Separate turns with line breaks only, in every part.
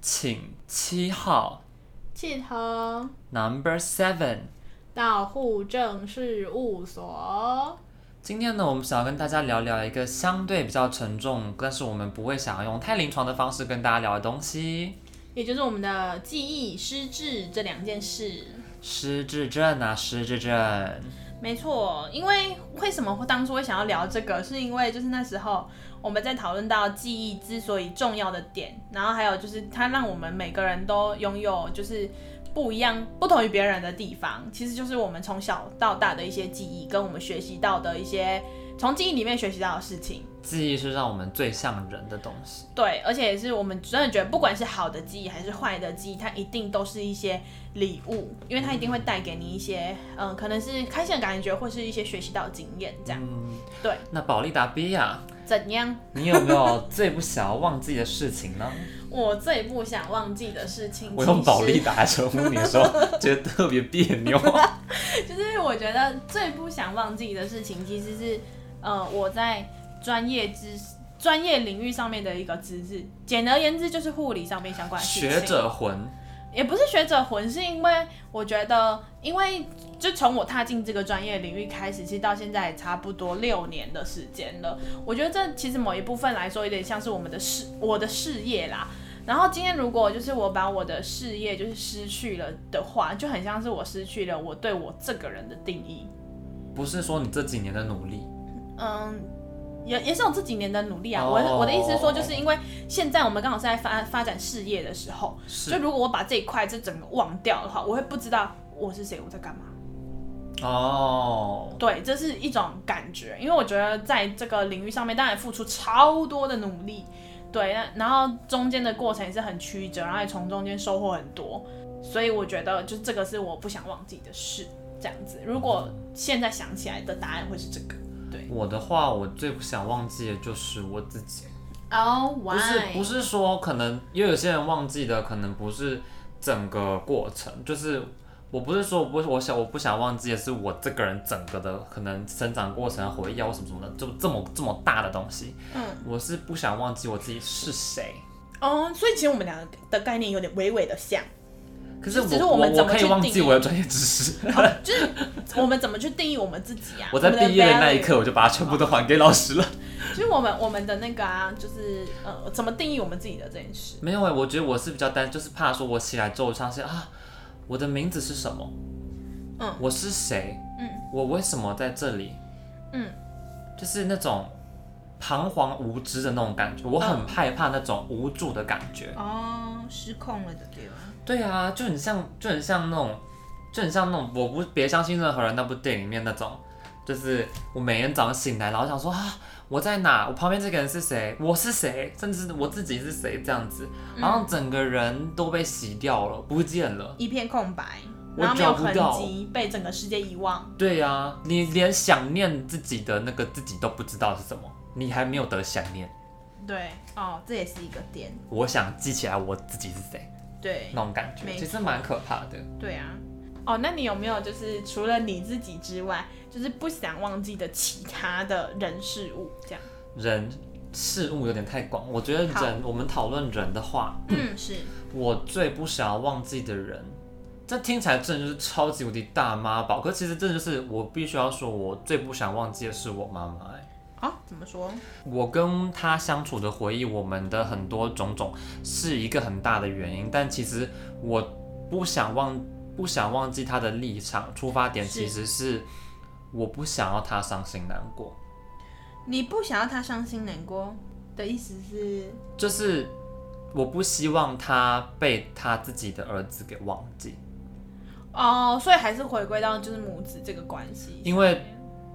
请七号
契合
Number Seven。
到户政事务所。
今天呢，我们想要跟大家聊聊一个相对比较沉重，但是我们不会想要用太临床的方式跟大家聊的东西
也就是我们的记忆失智这两件事，
——失智症啊，失智症。
没错，因为为什么会当初会想要聊这个，是因为就是那时候我们在讨论到记忆之所以重要的点，然后还有就是它让我们每个人都拥有就是不一样、不同于别人的地方，其实就是我们从小到大的一些记忆，跟我们学习到的一些从记忆里面学习到的事情。
记忆是让我们最像人的东西。
对，而且也是我们真的觉得，不管是好的记忆还是坏的记忆，它一定都是一些礼物，因为它一定会带给你一些，嗯，可能是开心的感觉，或是一些学习到的经验，这样
嗯，
对。
那保利达比亚，
怎样？
你有没有最不想要忘记的事情 呢？
我最不想忘记的事情，
我用保利
力，
达来称呼你的时候，觉得特别别 扭。
就是我觉得最不想忘记的事情，其实是，呃，我在专业知识、专业领域上面的一个资质，简而言之就是护理上面相关的事情。
学者魂，
也不是学者魂，是因为我觉得，因为就从我踏进这个专业领域开始，其实到现在也差不多六年的时间了。我觉得这其实某一部分来说，有点像是我们的事，我的事业啦。然后今天如果就是我把我的事业就是失去了的话，就很像是我失去了我对我这个人的定义。
不是说你这几年的努力，
嗯，也也是我这几年的努力啊。
哦
我我的意思是说，就是因为现在我们刚好是在发发展事业的时候，
是
就如果我把这一块这整个忘掉的话，我会不知道我是谁，我在干嘛。
哦，
对，这是一种感觉，因为我觉得在这个领域上面，当然付出超多的努力，对，那然后中间的过程也是很曲折，然后也从中间收获很多，所以我觉得就这个是我不想忘记的事，这样子。如果现在想起来的答案会是这个，对。
我的话，我最不想忘记的就是我自己。
哦、
不是不是说可能，因为有些人忘记的可能不是整个过程，就是我不是说我不我想我不想忘记的是我这个人整个的可能生长过程、回忆啊或什么什么的，就这么这么大的东西，
嗯，
我是不想忘记我自己是谁。
哦，所以其实我们两个的概念有点微微的像，
可是
就只是
我
我们
我
怎么
可以
去
忘
定
记
义
我的专业知识，
就是我们怎么去定义我们自己 啊？
我在
们的
毕业的那
value
一刻我就把它全部都还给老师了。
就是我们我们的那个啊，就是呃，怎么定义我们自己的这件事？
没有哎、我觉得我是比较担，就是怕说我起来之后发现啊，我的名字是什么？
嗯，
我是谁？
嗯，
我为什么在这里？
嗯，
就是那种彷徨无知的那种感觉，我很害怕那种无助的感觉。
哦，失控了的对吧？
对啊，就很像，就很像那种，就很像那种，我不别相信任何人那部电影里面那种，就是我每天早上醒来，然后想说啊，我在哪？我旁边这个人是谁？我是谁？甚至我自己是谁？这样子，然后整个人都被洗掉了，不见了。
一片空白，
我
然后没有
找不到
痕迹，被整个世界遗忘。
对呀、啊，你连想念自己的那个自己都不知道是什么，你还没有得想念。
对，哦，这也是一个点。
我想记起来我自己是谁，
对，
那种感觉
没错
其实蛮可怕的。
对啊。哦，那你有没有就是除了你自己之外，就是不想忘记的其他的人事物这样？
人事物有点太广，我觉得
好
人，我们讨论人的话，
嗯，是。
我最不想要忘记的人，这听起来真的就是超级无敌大妈宝，可是其实这就是我必须要说，我最不想忘记的是我妈妈、欸。
哦，怎么说？
我跟她相处的回忆，我们的很多种种是一个很大的原因，但其实我不想忘不想忘记她的立场出发点，
是
其实是我不想要她伤心难过，
你不想要他伤心难过的意思是？
就是我不希望她被她自己的儿子给忘记，
哦，所以还是回归到就是母子这个关系，
因为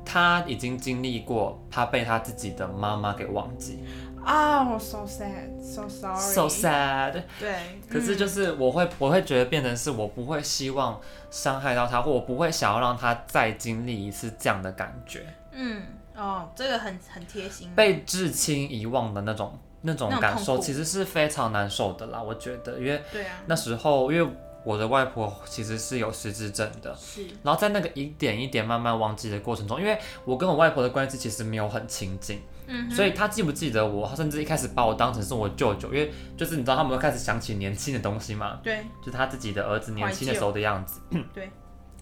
她已经经历过她被她自己的妈妈给忘记
啊、我 s o sad，so
，so
sorry，so
sad。
对，
可是就是
嗯
我会我会觉得变成是我不会希望伤害到他，或我不会想要让他再经历一次这样的感觉，
嗯，嗯哦，这个很很贴心，
被至亲遗忘的那种那种
那种
感
痛
受，
苦
其实是非常难受的啦。我觉得，因为
对啊，
那时候因为我的外婆其实是有失智症的。
是，
然后在那个一点一点慢慢忘记的过程中，因为我跟我外婆的关系其实没有很亲近，
嗯哼
所以他记不记得我，他甚至一开始把我当成是我舅舅，因为就是你知道他们会开始想起年轻的东西嘛，
对，
就是他自己的儿子年轻的时候的样子。
对，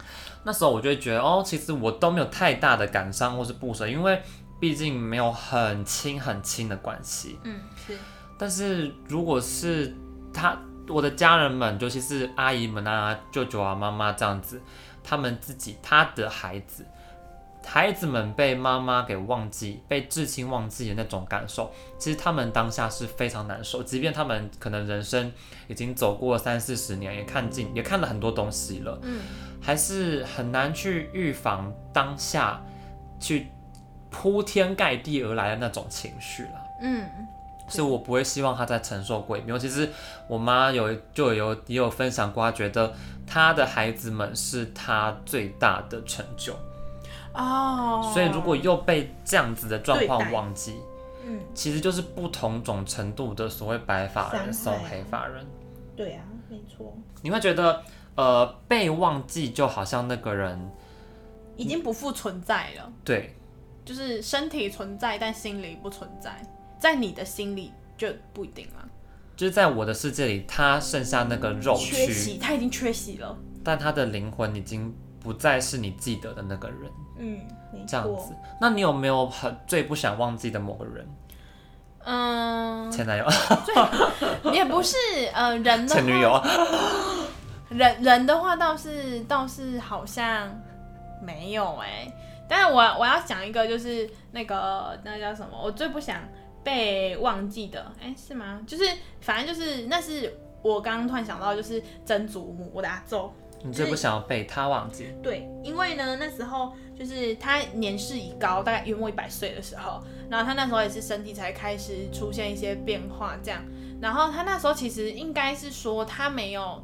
那时候我就会觉得哦，其实我都没有太大的感伤或是不舍，因为毕竟没有很亲很亲的关系。
嗯是，
但是如果是他我的家人们，尤其是阿姨们啊、舅舅啊、妈妈这样子，他们自己他的孩子，孩子们被妈妈给忘记、被至亲忘记的那种感受，其实他们当下是非常难受。即便他们可能人生已经走过三四十年，也看尽也看了很多东西了，
嗯
还是很难去预防当下去铺天盖地而来的那种情绪啦。
嗯
所以我不会希望他再承受鬼灭。其实我妈有就有也有分享过，她觉得她的孩子们是她最大的成就，
哦，
所以如果又被这样子的状
对
况
待
忘记，
嗯
其实就是不同种程度的所谓白发人送
伤害
黑发人，
对啊，没错，
你会觉得呃被忘记就好像那个人
已经不复存在了，
对
就是身体存在，但心里不存在，在你的心里就不一定了，
就是在我的世界里，他剩下那个肉
缺
躯，
席，他已经缺席了，
但他的灵魂已经不再是你记得的那个人。
嗯，没
这样子。那你有没有很最不想忘记的某个人？
嗯，
前男友、
也不是，呃，人的
前女
话
友？
人人的话倒是倒是好像没有哎、但是我我要讲一个，就是那个那叫什么，我最不想被忘记的，哎、是吗？就是反正就是那是我刚刚突然想到，就是曾祖母，我的阿宙。
你最不想要被他忘记？
对，因为呢，那时候就是他年事已高，大概约莫一百岁的时候，然后他那时候也是身体才开始出现一些变化，这样。然后他那时候其实应该是说他没有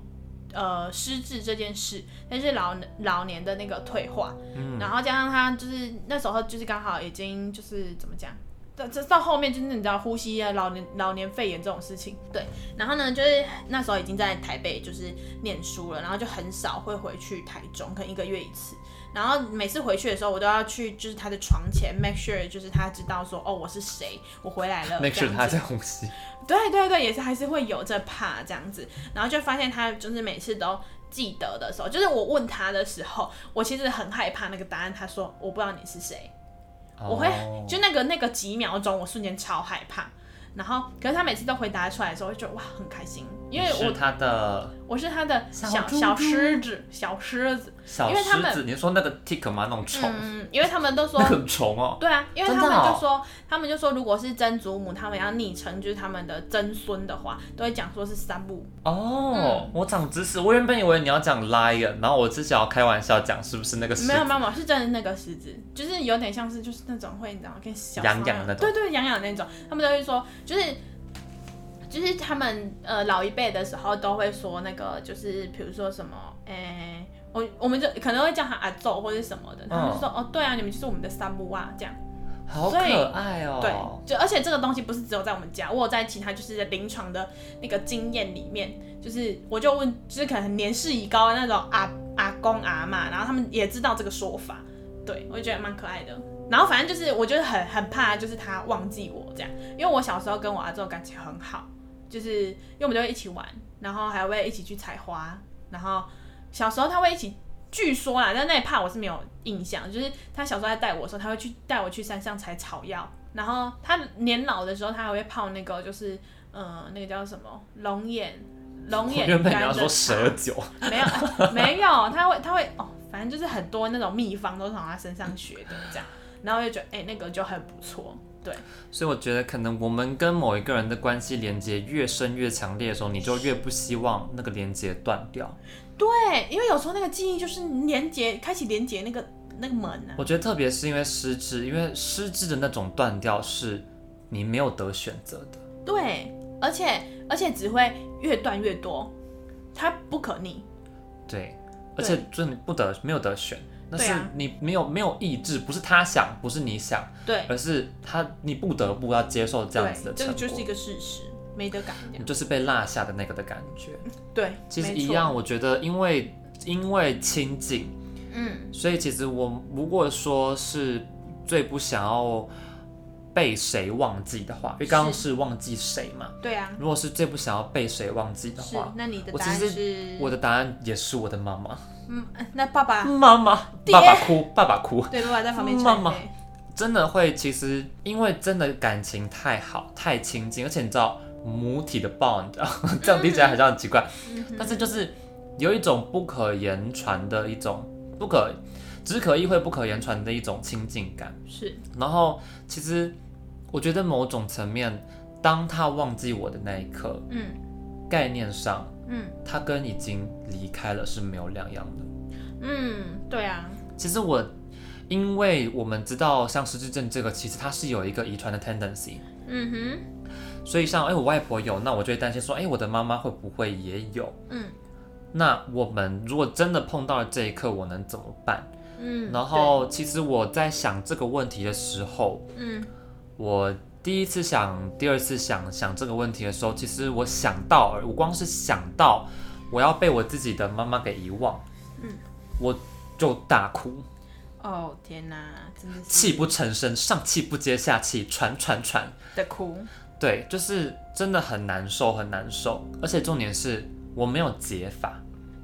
呃失智这件事，但是老老年的那个退化，
嗯
然后加上他就是那时候就是刚好已经就是怎么讲。这这到后面就是你知道呼吸啊，老年老年肺炎这种事情，对。然后呢，就是那时候已经在台北就是念书了，然后就很少会回去台中，可能一个月一次。然后每次回去的时候，我都要去就是他的床前，make sure 就是他知道说哦我是谁，我回来了。
，make sure
这样
他
子
在呼吸。
对对对，也是还是会有这怕这样子，然后就发现他就是每次都记得的时候，就是我问他的时候，我其实很害怕那个答案，他说我不知道你是谁， 我会
哦
就那个那个几秒钟，我瞬间超害怕。然后，可是他每次都回答出来的时候，我就觉得哇很开心，因为
你是
我
他的
我是他的小
小猪
小
猪
狮子小狮子，
小
因为他
狮
们
子。你说那个 tick 吗？那种虫，
嗯，因为他们都说
那很虫哦。
对啊，因为他
真的
们
哦
就说，他们就说，如果是曾祖母，他们要昵称就是他们的曾孙的话，都会讲说是三不五
哦
嗯，
我长知识。我原本以为你要讲 lion，然后我只想要开玩笑讲是不是那个狮
没
子
有没有没有，是真的那个狮子，就是有点像是就是那种会你知道跟小
痒痒
的
那种
对对痒痒的那种，他们都会说就是。就是他们呃老一辈的时候都会说那个，就是比如说什么，诶、我我们就可能会叫他阿昼或者什么的，他
嗯
们就说、哦对啊，你们就是我们的三木啊这样，
好
所以
可爱哦。
对，就而且这个东西不是只有在我们家，我有在其他就是临床的那个经验里面，就是我就问，就是可能年事已高的啊那种阿阿公阿嬷，然后他们也知道这个说法，对我就觉得蛮可爱的。然后反正就是我就是很很怕，就是他忘记我这样，因为我小时候跟我阿周感情很好，就是因为我们就会一起玩，然后还会一起去采花，然后小时候他会一起。据说啦，但那一怕我是没有印象，就是他小时候在带我的时候，他会去带我去山上采草药，然后他年老的时候，他还会泡那个就是呃那个叫什么龙眼龙
我
眼
原本你
干
要
的
说
茶
蛇酒，
没有，哎没有，他会他会哦，反正就是很多那种秘方都是从他身上学的这样，然后我就觉得哎、那个就很不错，对，
所以我觉得，可能我们跟某一个人的关系连接越深越强烈的时候，你就越不希望那个连接断掉。
嗯对，因为有时候那个记忆就是连接开启连接那个那个门啊，
我觉得特别是因为失智，因为失智的那种断掉是你没有得选择的。
对，而且而且只会越断越多，它不可逆，
对，而
对
且真的不得没有得选，那
对
是
啊
你没有没有意志，不是他想，不是你想，
对，
而是他你不得不要接受这样子的
对，这
成
个
果，
就是一个事实，没 得改
你
掉，
就是被落下的那个的感觉。
对，
其实
没
一
错，
样，我觉得因为因为亲近，
嗯
所以其实我如果说是最不想要被谁忘记的话，因为刚刚
是
是忘记谁嘛，
对啊，
如果是最不想要被谁忘记的
是
话，。
那你的
我
答
其
案
实
是？
我的答案也是我的妈妈，
嗯，那爸爸
妈妈，
爹
爸爸哭，爸爸哭，
对爸爸在旁边
妈
唱
妈真的会，其实因为真的感情太好、太亲近，而且你知道母体的 bond，这啊 样听起来好像很奇怪，
嗯
但是就是有一种不可言传的一种不可只可意会不可言传的一种亲近感。
是
然后其实我觉得某种层面，当他忘记我的那一刻，
嗯
概念上
嗯
他跟已经离开了是没有两样的。
嗯，对啊，
其实我，因为我们知道像失智症这个，其实它是有一个遗传的 tendency，
嗯哼，
所以像哎、我外婆有，那我就会担心说，哎、我的妈妈会不会也有？
嗯
那我们如果真的碰到了这一刻，我能怎么办？
嗯，
然后其实我在想这个问题的时候，
对嗯
我第一次想，第二次想想这个问题的时候，其实我想到，我光是想到我要被我自己的妈妈给遗忘，
嗯，
我就大哭。
哦天哪，真的
泣
是
不成声，上气不接下气，喘喘喘。
的哭，
对，就是真的很难受，很难受。而且重点是我没有解法，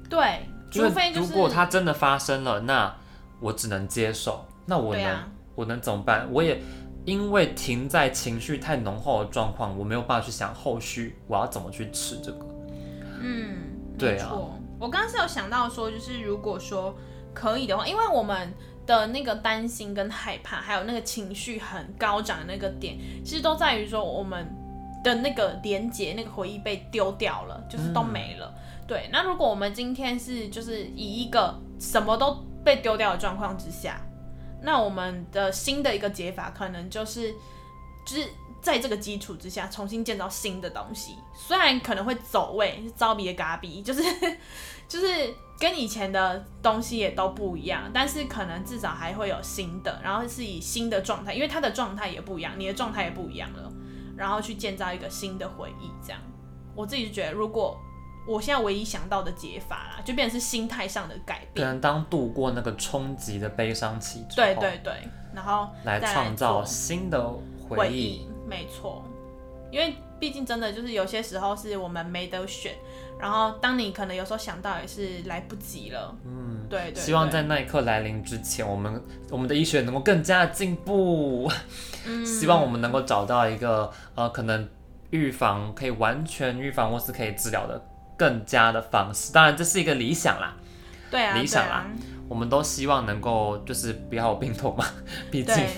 对，除非
因为
就
如
是
果它真的发生了，那我只能接受。那我
对
能、
啊
我能怎么办？我也因为停在情绪太浓厚的状况，我没有办法去想后续我要怎么去吃这个。
嗯，
对
没
啊
错。我刚刚是有想到说，就是如果说可以的话，因为我们的那个担心跟害怕，还有那个情绪很高涨的那个点，其实都在于说我们的那个连接、那个回忆被丢掉了，就是都没了。对，那如果我们今天是就是以一个什么都被丢掉的状况之下，那我们的新的一个解法可能就是就是在这个基础之下重新建造新的东西，虽然可能会走位，招比的嘎比，就是就是跟以前的东西也都不一样，但是可能至少还会有新的，然后是以新的状态，因为他的状态也不一样，你的状态也不一样了，然后去建造一个新的回忆，这样我自己就觉得，如果我现在唯一想到的解法啦，就变成是心态上的改
可
变，
能当度过那个冲击的悲伤期之后，
对对对，然后
来
再来
创造
做
新的
回
回忆
忆，没错。因为毕竟真的就是有些时候是我们没得选，然后当你可能有时候想到也是来不及了，嗯，对对
希望
对
在那一刻来临之前，我们我们的医学能够更加的进步。
嗯
希望我们能够找到一个呃，可能预防可以完全预防，或是可以治疗的更加的方式。当然，这是一个理想啦，
对啊
理想
啊
啦，我们都希望能够就是不要有病痛嘛。 毕竟
对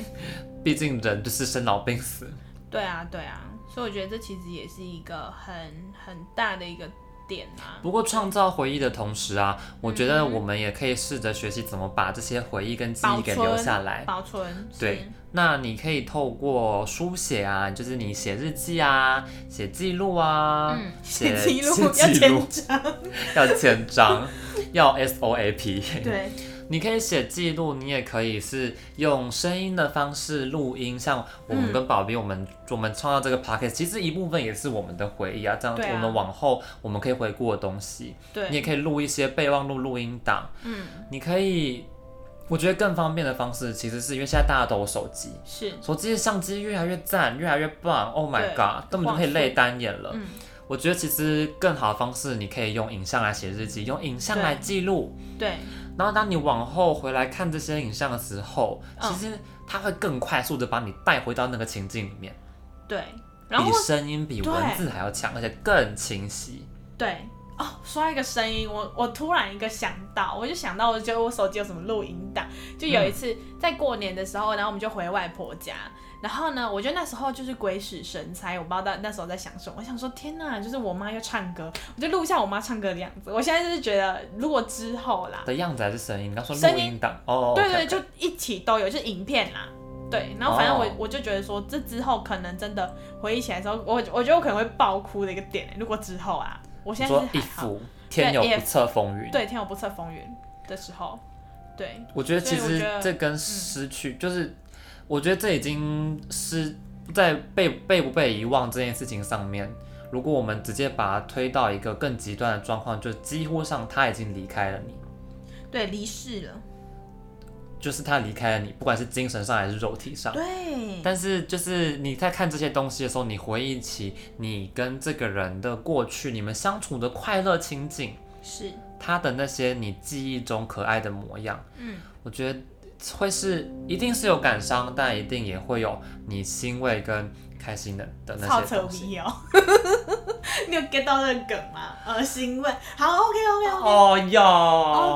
毕竟人就是生老病死。
对啊对啊，所以我觉得这其实也是一个很很大的一个点啊，
不过创造回忆的同时啊，我觉
嗯
得我们也可以试着学习怎么把这些回忆跟记
保
忆给
存
留下来。
保存
对，那你可以透过书写啊，就是你写日记啊，写记录啊，
嗯，写
写
记录
写
要
记录
签 章，
要签章，要 SOAP。
对，
你可以写记录，你也可以是用声音的方式录音，像我们
嗯
跟宝碧，我们、我们创造这个 podcast，其实一部分也是我们的回忆啊，这样
对啊
我们往后我们可以回顾的东西，你也
对，
可以录一些备忘录录音档，
嗯，
你可以，我觉得更方便的方式其实是因为现在大家都有手机，
是，
手机的相机越来越赞，越来越棒，Oh my
对
god，根本就可以泪单眼了。
嗯，
我觉得其实更好的方式，你可以用影像来写日记，用影像
对
来记录。
对，
然后当你往后回来看这些影像的时候，
嗯
其实它会更快速的把你带回到那个情境里面，
对，然后
比声音、比
对
文字还要强，而且更清晰。
对哦，说到一个声音，我我突然一个想到，我就想到，我觉得我手机有什么录音档，就有一次、
嗯
在过年的时候，然后我们就回外婆家，然后呢，我觉得那时候就是鬼使神差，我不知道那那时候在想什么，我想说天哪，就是我妈又唱歌，我就录一下我妈唱歌的样子。我现在就是觉得，如果之后啦，
的样子还是声音？你刚说
声
录
音
音档哦，
对
OK，OK
对，就一起都有，就是影片啦。对，然后反正我、
哦
我就觉得说，这之后可能真的回忆起来的时候，我我觉得我可能会爆哭的一个点、如果之后啊，我现
你
在
说
是
一
还好。
幅天有
也
不测风云。
对，天有不测风云的时候，对，
我觉得其
所以我
实
觉得嗯
这跟失去，就是我觉得这已经是在被被不被遗忘这件事情上面，如果我们直接把它推到一个更极端的状况，就几乎上他已经离开了你。
对，离世了，
就是他离开了你，不管是精神上还是肉体上。
对，
但是就是你在看这些东西的时候，你回忆起你跟这个人的过去，你们相处的快乐情景，
是，
他的那些你记忆中可爱的模样，
嗯，
我觉得会是一定是有感伤，但一定也会有你欣慰跟开心的的那
超
些
扯
东西。
皮哦。 你有 get 到这个梗吗？呃，欣慰。好，OK OK OK。
哦哟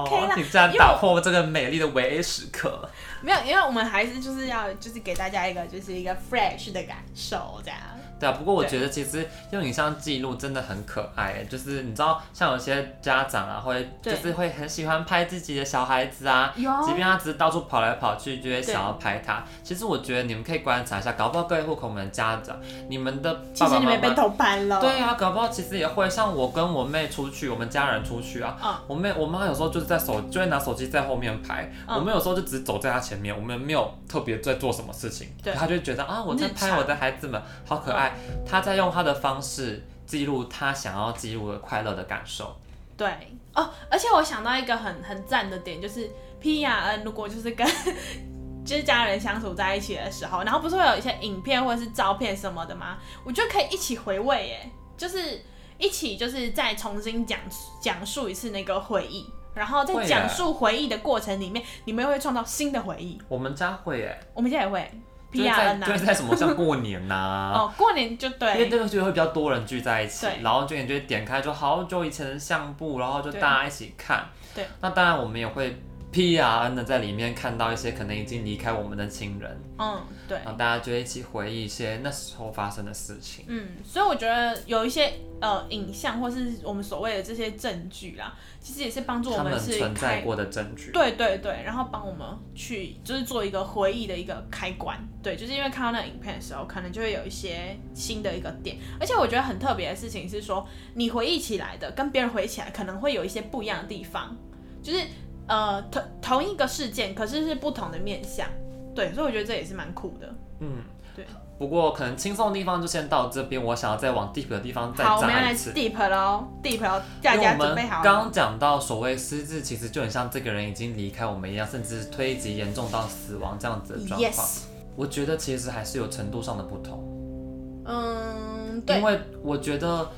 OK 啦
你这样打破这个美丽的唯一时刻，
没有，因为我们还是就是要就是给大家一个就是一个 fresh 的感受这样。
对啊。不过我
对
觉得其实用影像记录真的很可爱，欸就是你知道，像有些家长啊，会就
对
是会很喜欢拍自己的小孩子啊，即
有
便他只是到处跑来跑去，就会
对
想要拍他。其实我觉得你们可以观察一下，搞不好各位户口们的家长，你们的
其
爸
实
爸
你
妈
们被
妈。
偷拍了。
对啊，搞不好其实也会像我跟我妹出去，我们家人出去啊，
嗯
我妹我妈有时候就是在手就会拿手机在后面拍，
嗯
我们有时候就只走在她前面，我们没有特别在做什么事情，
对
她就会觉得啊我在
日
拍
常
我的孩子们好可爱，她在用她的方式记录她想要记录的快乐的感受，
对哦，而且我想到一个很很赞的点，就是 P R N 如果就是跟 就是家人相处在一起的时候，然后不是会有一些影片或者是照片什么的吗？我觉得可以一起回味耶，就是一起就是再重新讲讲述一次那个回忆。然后在
会耶
讲述回忆的过程里面，你们又会创造新的回忆。
我们家会哎、
我们现在也会
就
P
是
R
在
N
就是
啊，
在什么像过年啊呐、
哦，过年就
因为
对，
这个就会比较多人聚在一起
对，
然后就你就会点开就好久以前的相簿，然后就
对
大家一起看。
对，
那当然我们也会 P R N 的在里面看到一些可能已经离开我们的亲人，
嗯，对
然，后大家就一起回忆一些那时候发生的事情。
嗯，所以我觉得有一些呃影像或是我们所谓的这些证据啦，其实也是帮助我
他们
是
存在
开，
过的证据，
对对对，然后帮我们去就是做一个回忆的一个开关，对，就是因为看到那个影片的时候，可能就会有一些新的一个点，而且我觉得很特别的事情是说，你回忆起来的跟别人回忆起来可能会有一些不一样的地方，就是呃同同一个事件，可是是不同的面向，对，所以我觉得这也是蛮酷的。
嗯，
对。
不过可能轻松的地方就先到这边，我想要再往 deep 的地方再
好，我们要
扎
来
一次。
deep 喽，deep 喽，大
因为
家
我
准
们
备好了吗
刚讲到所谓失智，其实就很像这个人已经离开我们一样，甚至推及严重到死亡这样子的状况。
Yes，
我觉得其实还是有程度上的不同，
嗯，
因
对，
为我觉得，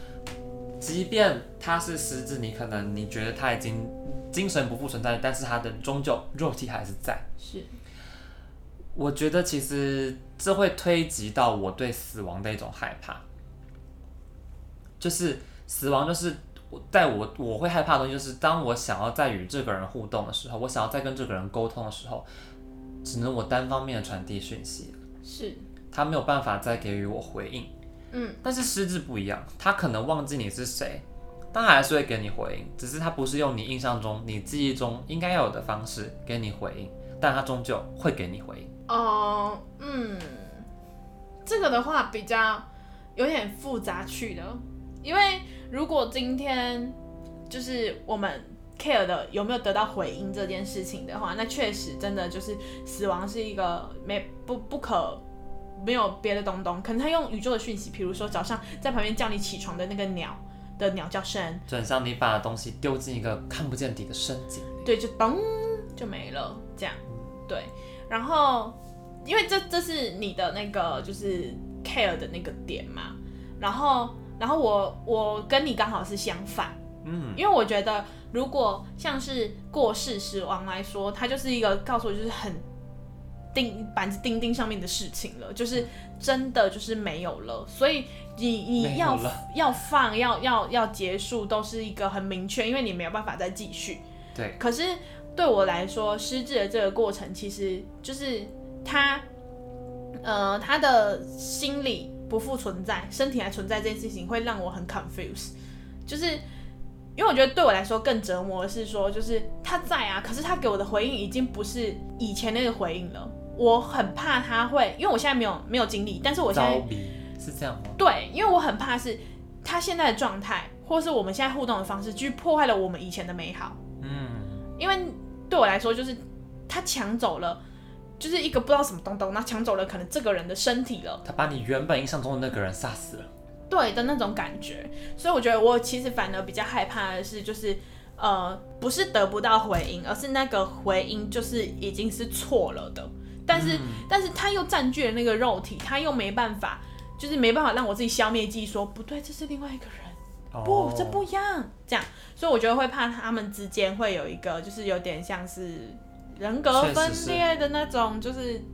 即便他是失智，你可能你觉得他已经精神不复存在，但是他的终究肉体还是在。
是，
我觉得其实这会推及到我对死亡的一种害怕，就是死亡，就是我在我我会害怕的东西，就是当我想要再与这个人互动的时候，我想要再跟这个人沟通的时候，只能我单方面的传递讯息，
是，
他没有办法再给予我回应。
嗯，
但是失智不一样，他可能忘记你是谁，但他还是会给你回应，只是他不是用你印象中、你记忆中应该要有的方式给你回应，但他终究会给你回应。
哦，嗯，这个的话比较有点复杂去了，因为如果今天就是我们 care 的有没有得到回应这件事情的话，那确实真的就是死亡是一个没不不可。没有别的东东，可能他用宇宙的讯息，比如说早上在旁边叫你起床的那个鸟的鸟叫声，
就很像你把东西丢进一个看不见底的深井里。
对，就嘣就没了，这样，对。然后，因为这这是你的那个就是 care 的那个点嘛，然后，然后我我跟你刚好是相反，
嗯，
因为我觉得如果像是过世死亡来说，它就是一个告诉我就是很钉板子钉钉上面的事情了，就是真的就是没有了，所以你你
没
要
有了
要放要要要结束都是一个很明确，因为你没有办法再继续。
对，
可是对我来说，失智的这个过程，其实就是他，呃，他的心理不复存在，身体还存在这件事情，会让我很 confused。就是因为我觉得对我来说更折磨的是说，就是他在啊，可是他给我的回应已经不是以前那个回应了。我很怕他会，因为我现在没有没有经历，但是我现在
招鼻是这样吗？
对，因为我很怕是他现在的状态，或是我们现在互动的方式，去破坏了我们以前的美好。
嗯，
因为对我来说，就是他抢走了，就是一个不知道什么东东，然后抢走了可能这个人的身体了，
他把你原本印象中的那个人杀死了。
对的那种感觉。所以我觉得我其实反而比较害怕的是，就是呃，不是得不到回音，而是那个回音就是已经是错了的。但是，但是他又占据了那个肉体，他又没办法，就是没办法让我自己消灭记忆，说不对，这是另外一个人。
哦
不，这不一样，这样，所以我觉得会怕他们之间会有一个，就是有点像是人格分裂的那种，就是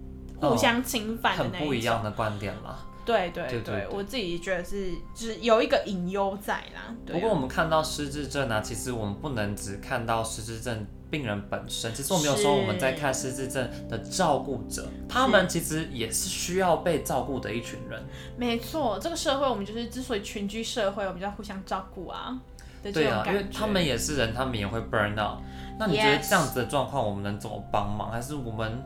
互相侵犯的
哦很
那一种。
不一样的观点啦。
对对
对对对
我自己觉得是，就是有一个隐忧在啦。对啊、
不过我们看到失智症啊，其实我们不能只看到失智症病人本身，其实我们有时候
是
我们在看失智症的照顾者，他们其实也是需要被照顾的一群人。
没错，这个社会我们就是之所以群居社会，我们就要互相照顾啊。的这
对
种
啊，
感
因
觉
为他们也是人，他们也会 burn out。那你觉得
Yes
这样子的状况，我们能怎么帮忙？还是我们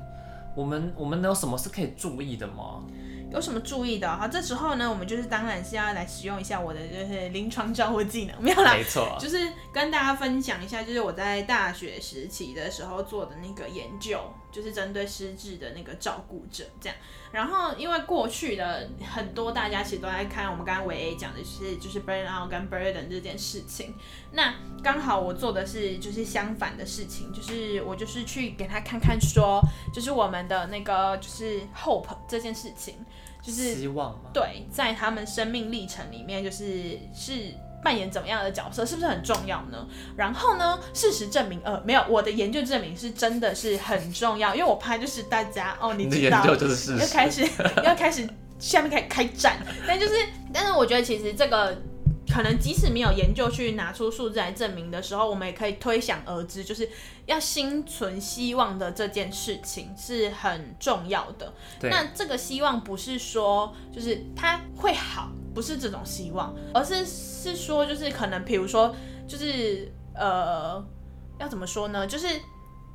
我们我们能有什么是可以注意的吗？
有什么注意的哈？这时候呢，我们就是当然是要来使用一下我的就是临床照护技能，没有啦，
没错，啊
就是跟大家分享一下，就是我在大学时期的时候做的那个研究，就是针对失智的那个照顾者这样。然后因为过去的很多大家其实都在看我们刚刚维 A 讲的是就是 burn out 跟 burden 这件事情，那刚好我做的是就是相反的事情，就是我就是去给他看看说，就是我们的那个就是 hope 这件事情，就是
希望嘛。
对，在他们生命历程里面，就是是扮演怎么样的角色，是不是很重要呢？然后呢，事实证明，呃，没有，我的研究证明是真的是很重要，因为我怕就是大家哦，
你的
知
研
道，
究就是事
要
实。
开始要开始下面开开战，但就是，但是我觉得其实这个。可能即使没有研究去拿出数字来证明的时候，我们也可以推想而知，就是要心存希望的这件事情是很重要的。
对，
那这个希望不是说就是他会好，不是这种希望，而是是说就是可能比如说就是呃要怎么说呢？就是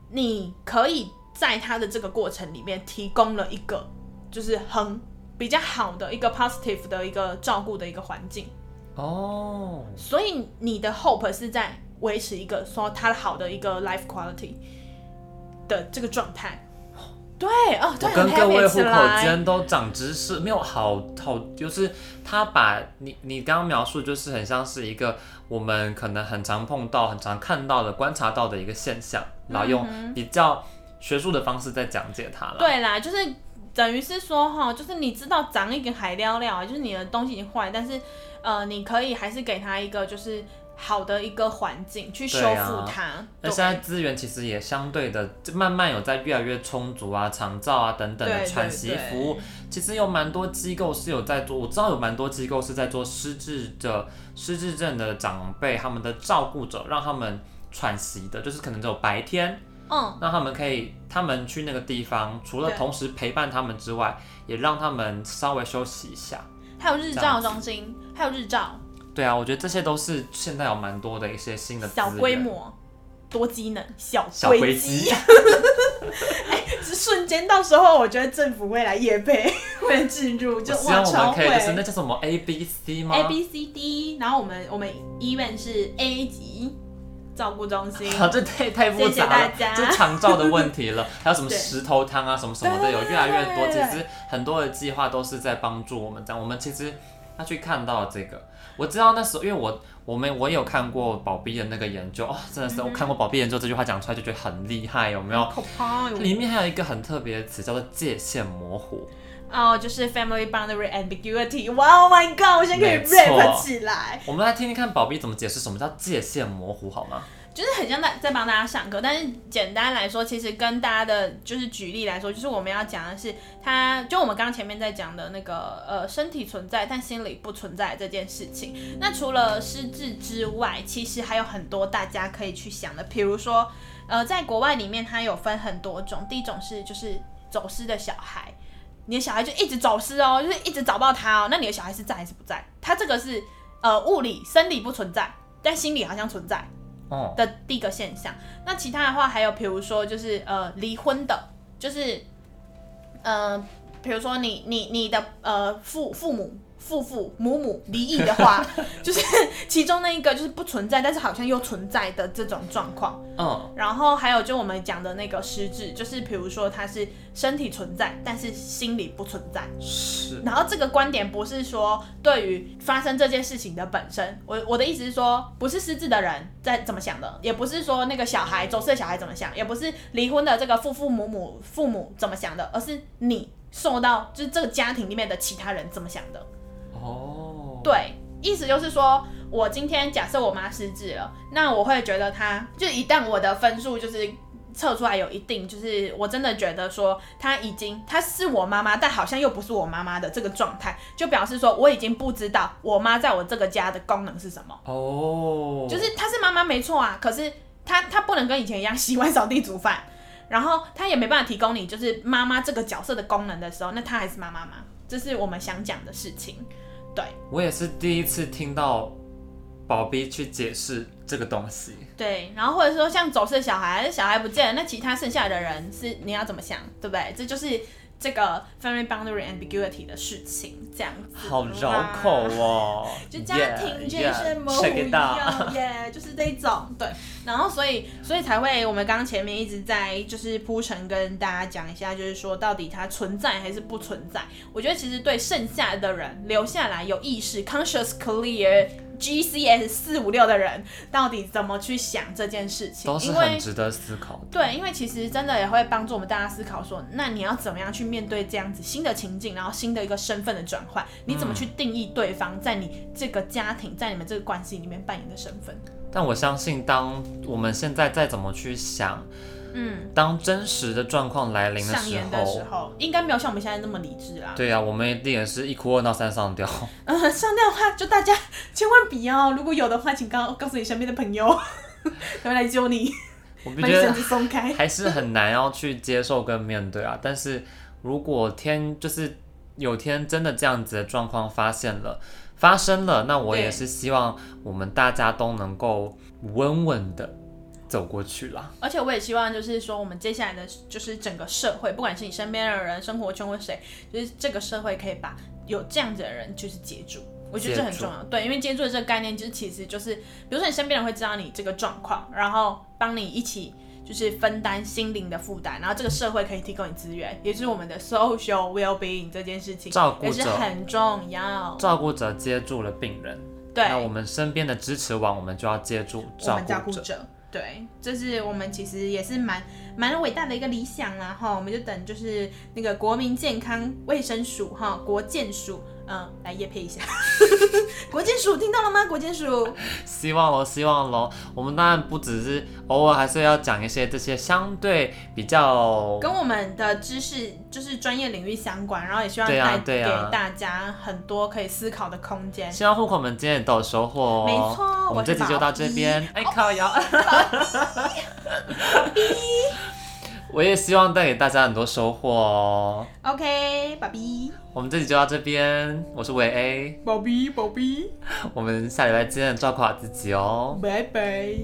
你可以在他的这个过程里面提供了一个就是很比较好的一个 positive 的一个照顾的一个环境，
哦，
所以你的 hope 是在维持一个说他好的一个 life quality 的这个状态。对哦，对，
我跟
很
各
happy
位
起
户口
来
间都长知识，没有好好，就是他把你你刚刚描述，就是很像是一个我们可能很常碰到、很常看到的、观察到的一个现象，然后
嗯
用比较学术的方式在讲解它了。
对啦，就是等于是说哈，就是你知道长一根海料料啊，就是你的东西已经坏，但是呃，你可以还是给他一个就是好的一个环境去修
对
复
啊
它。
那
对
现在资源其实也相对的慢慢有在越来越充足啊，长照啊等等
对
的
对
喘息
对
服务，其实有蛮多机构是有在做，我知道有蛮多机构是在做失智的失智症的长辈他们的照顾者，让他们喘息的，就是可能只有白天，
嗯，
让他们可以他们去那个地方，除了
对
同时陪伴他们之外，也让他们稍微休息一下。
还有日照中心，还有日照
对啊，我觉得这些都是现在有蛮多的一些新的资
小规
源
模。多机能小
小
规
规
机
机，
是瞬间，到时候我觉得政府会来 夜配，会进入就
我希
哇
望我
超
们可
会
以就是那叫什么 A B C 吗
A B C D，然后我们我们 even 是 A 级照顾中心，
好，这太太复杂了，
谢谢大家
这长照的问题 了，还有什么
对
石头汤啊，什么什么的，
对
有
对
越来越多。
对
其
对
实很多的计划都是在帮助我们这样，我们其实要去看到这个。我知道那时候，因为我我们我有看过宝碧的那个研究，哦，真
嗯
的是、我看过宝碧研究这句话讲出来就觉得很厉害，有没有？
可怕哟
里面还有一个很特别的词叫做界限模糊，
哦，就是 family boundary ambiguity。哇，Oh my god！我现在可以
没错
rap 起来，
我们来听听看宝碧怎么解释什么叫界限模糊好吗？
就是很像在在帮大家上课。但是简单来说，其实跟大家的就是举例来说，就是我们要讲的是，它就我们刚刚前面在讲的那个呃身体存在但心理不存在这件事情。那除了失智之外，其实还有很多大家可以去想的，比如说呃，在国外里面它有分很多种，第一种是就是走失的小孩。你的小孩就一直走失哦，就是一直找不到他哦。那你的小孩是在还是不在？他这个是呃物理生理不存在，但心理好像存在。
哦，
的第一个现象。那其他的话还有，比如说就是呃离婚的，就是呃，比如说你你你的呃父父母父父母母离异的话，就是其中那一个就是不存在，但是好像又存在的这种状况。
嗯，
然后还有就我们讲的那个失智，就是比如说他是身体存在，但是心理不存在。
是，
然后这个观点不是说对于发生这件事情的本身，我我的意思是说，不是失智的人在怎么想的，也不是说那个小孩走失的小孩怎么想，也不是离婚的这个父父母母父母怎么想的，而是你受到就是这个家庭里面的其他人怎么想的。
哦，，
对，意思就是说，我今天假设我妈失智了，那我会觉得她就一旦我的分数就是测出来有一定，就是我真的觉得说她已经她是我妈妈，但好像又不是我妈妈的这个状态，就表示说我已经不知道我妈在我这个家的功能是什么。
哦，
就是她是妈妈没错啊，可是她她不能跟以前一样洗碗、扫地、煮饭。然后她也没办法提供你就是妈妈这个角色的功能的时候，那她还是妈妈嘛，这是我们想讲的事情。对，
我也是第一次听到宝碧去解释这个东西。
对，然后或者说像走失的小孩，小孩不见了，那其他剩下的人是你要怎么想，对不对？这就是这个 family boundary ambiguity 的事情，这样子。！
好绕口哦
就家庭界是模糊
Yeah, yeah, check it out
耶，就是这种 对。然后所以所以才会我们刚刚前面一直在就是铺陈跟大家讲一下，就是说到底它存在还是不存在。我觉得其实对剩下的人留下来有意识 conscious clear。GCS 四五六的人到底怎么去想这件事情？
都是
因为
很值得思考的。
对，因为其实真的也会帮助我们大家思考说，那你要怎么样去面对这样子新的情境，然后新的一个身份的转换，你怎么
嗯
去定义对方在你这个家庭、在你们这个关系里面扮演的身份？
但我相信，当我们现在再怎么去想，
嗯，
当真实的状况来临的
上
时
演的时
候，
候，应该没有像我们现在那么理智啦。
对呀、啊我们一定也是一哭二闹三上吊。
嗯、上吊的话，就大家 千万不要，如果有的话，请告告诉你身边的朋友， 他们来救你，
我不
把
觉
你绳
得
子松开。
还是很难要去接受跟面对啊。但是如果天就是有天真的这样子的状况发现了。发生了，那我
对
也是希望我们大家都能够稳稳的走过去啦。
而且我也希望，就是说，我们接下来的，就是整个社会，不管是你身边的人、生活圈或谁，就是这个社会可以把有这样子的人就是接住。我觉得这很
接住
重要，对，因为接住的这个概念，就是其实就是，比如说你身边人会知道你这个状况，然后帮你一起就是分担心灵的负担，然后这个社会可以提供你资源，也就是我们的 social well being 这件事情，
照顾
也是
者
很重要。
照顾者接住了病人，
对，
那我们身边的支持网，我们就要接住
我
照
们照
顾
顾
者。
者。对，这是我们其实也是蛮蛮伟大的一个理想啦哈，我们就等就是那个国民健康卫生署哈，国健署，嗯，来叶配一下， 国健署听到了吗？国健署，
希望喽，希望喽。我们当然不只是偶尔，还是要讲一些这些相对比较
跟我们的知识就是专业领域相关，然后也希望
对啊
带
对啊
给大家很多可以思考的空间。
希望户口们今天也都有收获哦。
没错
我们这集就到这边。哎，靠摇。我也希望带给大家很多收获哦。
OK，爸比，
我们这集就到这边，我是伟 A，
宝比，宝比，
我们下礼拜见，照顾好自己哦。
拜拜。